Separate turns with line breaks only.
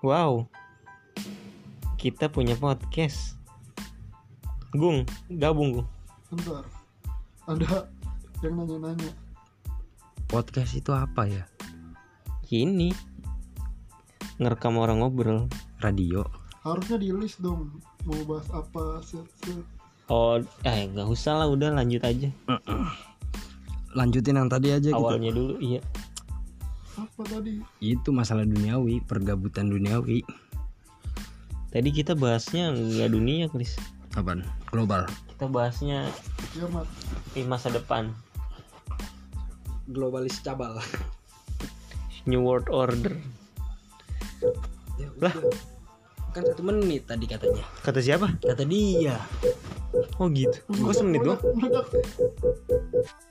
Wow. Kita punya podcast. Gung, gabung Gung.
Bentar. Ada yang nanya-nanya.
Podcast itu apa ya?
Ini ngerekam orang ngobrol.
Radio.
Harusnya di list dong. Mau bahas apa? Set, set.
Oh, eh nggak usah lah, udah lanjut aja.
Lanjutin yang tadi aja gitu.
Awalnya dulu, iya.
Apa tadi?
Itu masalah duniawi, pergabutan duniawi.
Tadi kita bahasnya nggak dunia, Kris.
Apaan? Global.
Kita bahasnya
Ya, Mat.
di masa depan.
Globalis cabal.
New World Order.
Ya,
Lah.
Kan satu menit tadi katanya.
Kata siapa?
Kata dia.
Oh gitu. Kok semenit doang?
Meledak, meledak.